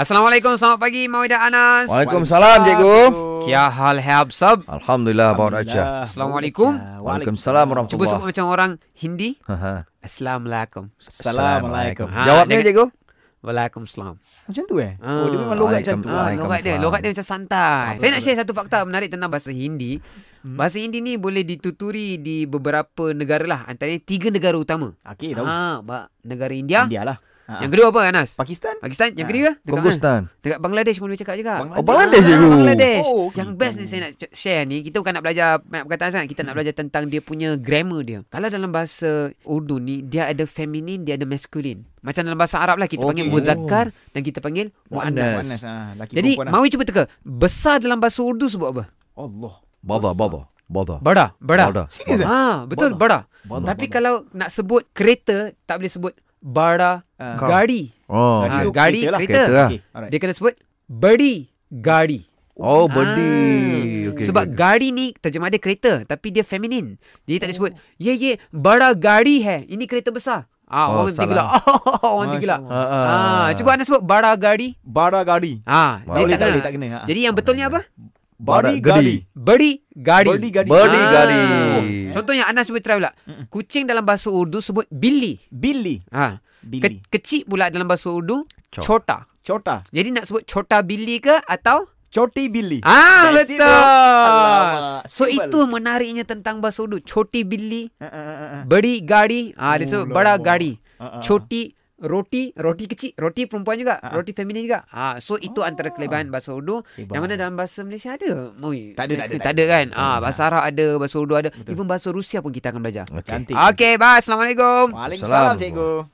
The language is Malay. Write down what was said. Assalamualaikum, selamat pagi Mawi dan Anas. Waalaikumsalam cikgu. Kya hal hai aap sab? Alhamdulillah ya. bawa raja. Assalamualaikum. Waalaikumsalam Cuba sebut warahmatullahi. macam orang Hindi. Ha, ha. Assalamualaikum. Assalamualaikum. Ha, Jawabnya dia- cikgu. Waalaikumsalam. Macam tu eh? Ah. Oh, dia memang logat macam tu. Waalaikumsalam. Ah, logat dia, logat dia macam santai. Saya nak share satu fakta menarik tentang bahasa Hindi. Hmm. Bahasa Hindi ni boleh dituturi di beberapa negara lah. Antaranya tiga negara utama. Okey, tahu. Ha, ba- negara Ya. India. India lah. Ha. Yang kedua apa Anas? Pakistan. Pakistan. Yang Ah. ketiga? Dekat mana? Kongkustan. Dekat Bangladesh pun boleh cakap juga. Oh, Ya. Bangladesh Ah, cikgu. Bangladesh. Oh, okey. Yang best ni saya nak c- share ni, kita bukan nak belajar banyak perkataan sangat, kita nak belajar tentang dia punya grammar dia. Kalau dalam bahasa Urdu ni, dia ada feminine, dia ada masculine. Macam dalam bahasa Arab lah, kita Okey. panggil muzakkar dan kita panggil muannas. Panas. Ha, laki Jadi, perempuan Mawi cuba teka, besar dalam bahasa Urdu sebut apa? Allah. Baba, baba, baba. Bada. Bada. Bada. Serius eh? Ah, betul, bada. Bada, Tapi bada. kalau nak sebut kereta, tak boleh sebut bada, Ah. gadi. Oh, Ah, Tadi tu gadi, kereta lah. kereta. Kereta lah. Okey, alright. Dia kena sebut badi, gadi. oh berdi. Ah, Sebab okay. gari ni terjemah dia kereta tapi dia feminin. Jadi tak disebut ye ye bada gari hai. Ini kereta besar. Ah Oh, orang tinggi salah. lah. Oh, orang tinggi lah. Masya Ah, ah. Ah cuba anda sebut bada gari. Bara gadi. Ah Tak Tak dia tak boleh, tak boleh, kena. tak kena. Ha. Jadi yang betulnya apa? Bara gadi. Bari gadi. Beri gari. Bari gadi. Berdi Ah. gadi. Contohnya anda cuba try pula. Kucing dalam bahasa Urdu sebut billi. Billy. Ha. Ke- Billy. kecil pula dalam bahasa Urdu Chok. chota. Chota. Jadi nak sebut chota billi ke atau Choti Billy. Ah That's it, betul. bro. Alamak, So simple. itu menariknya tentang bahasa Urdu. Choti billi, Ah, ah, ah, ah. badi gadi. Ah dia sebut Oh, bada lama. gadi. Ah, ah, Choti roti, roti kecil, roti perempuan juga, roti feminin juga. Ah so itu antara kelebihan bahasa Urdu Hebat. yang mana dalam bahasa Malaysia ada. Mawi. Tak ada, tak ada, Tak tak ada kan? Ah bahasa Arab ada, bahasa Urdu ada. Even bahasa Rusia pun kita akan belajar. Okey. Cantik. Okey, bye. Assalamualaikum. Waalaikumsalam, Assalamualaikum. cikgu.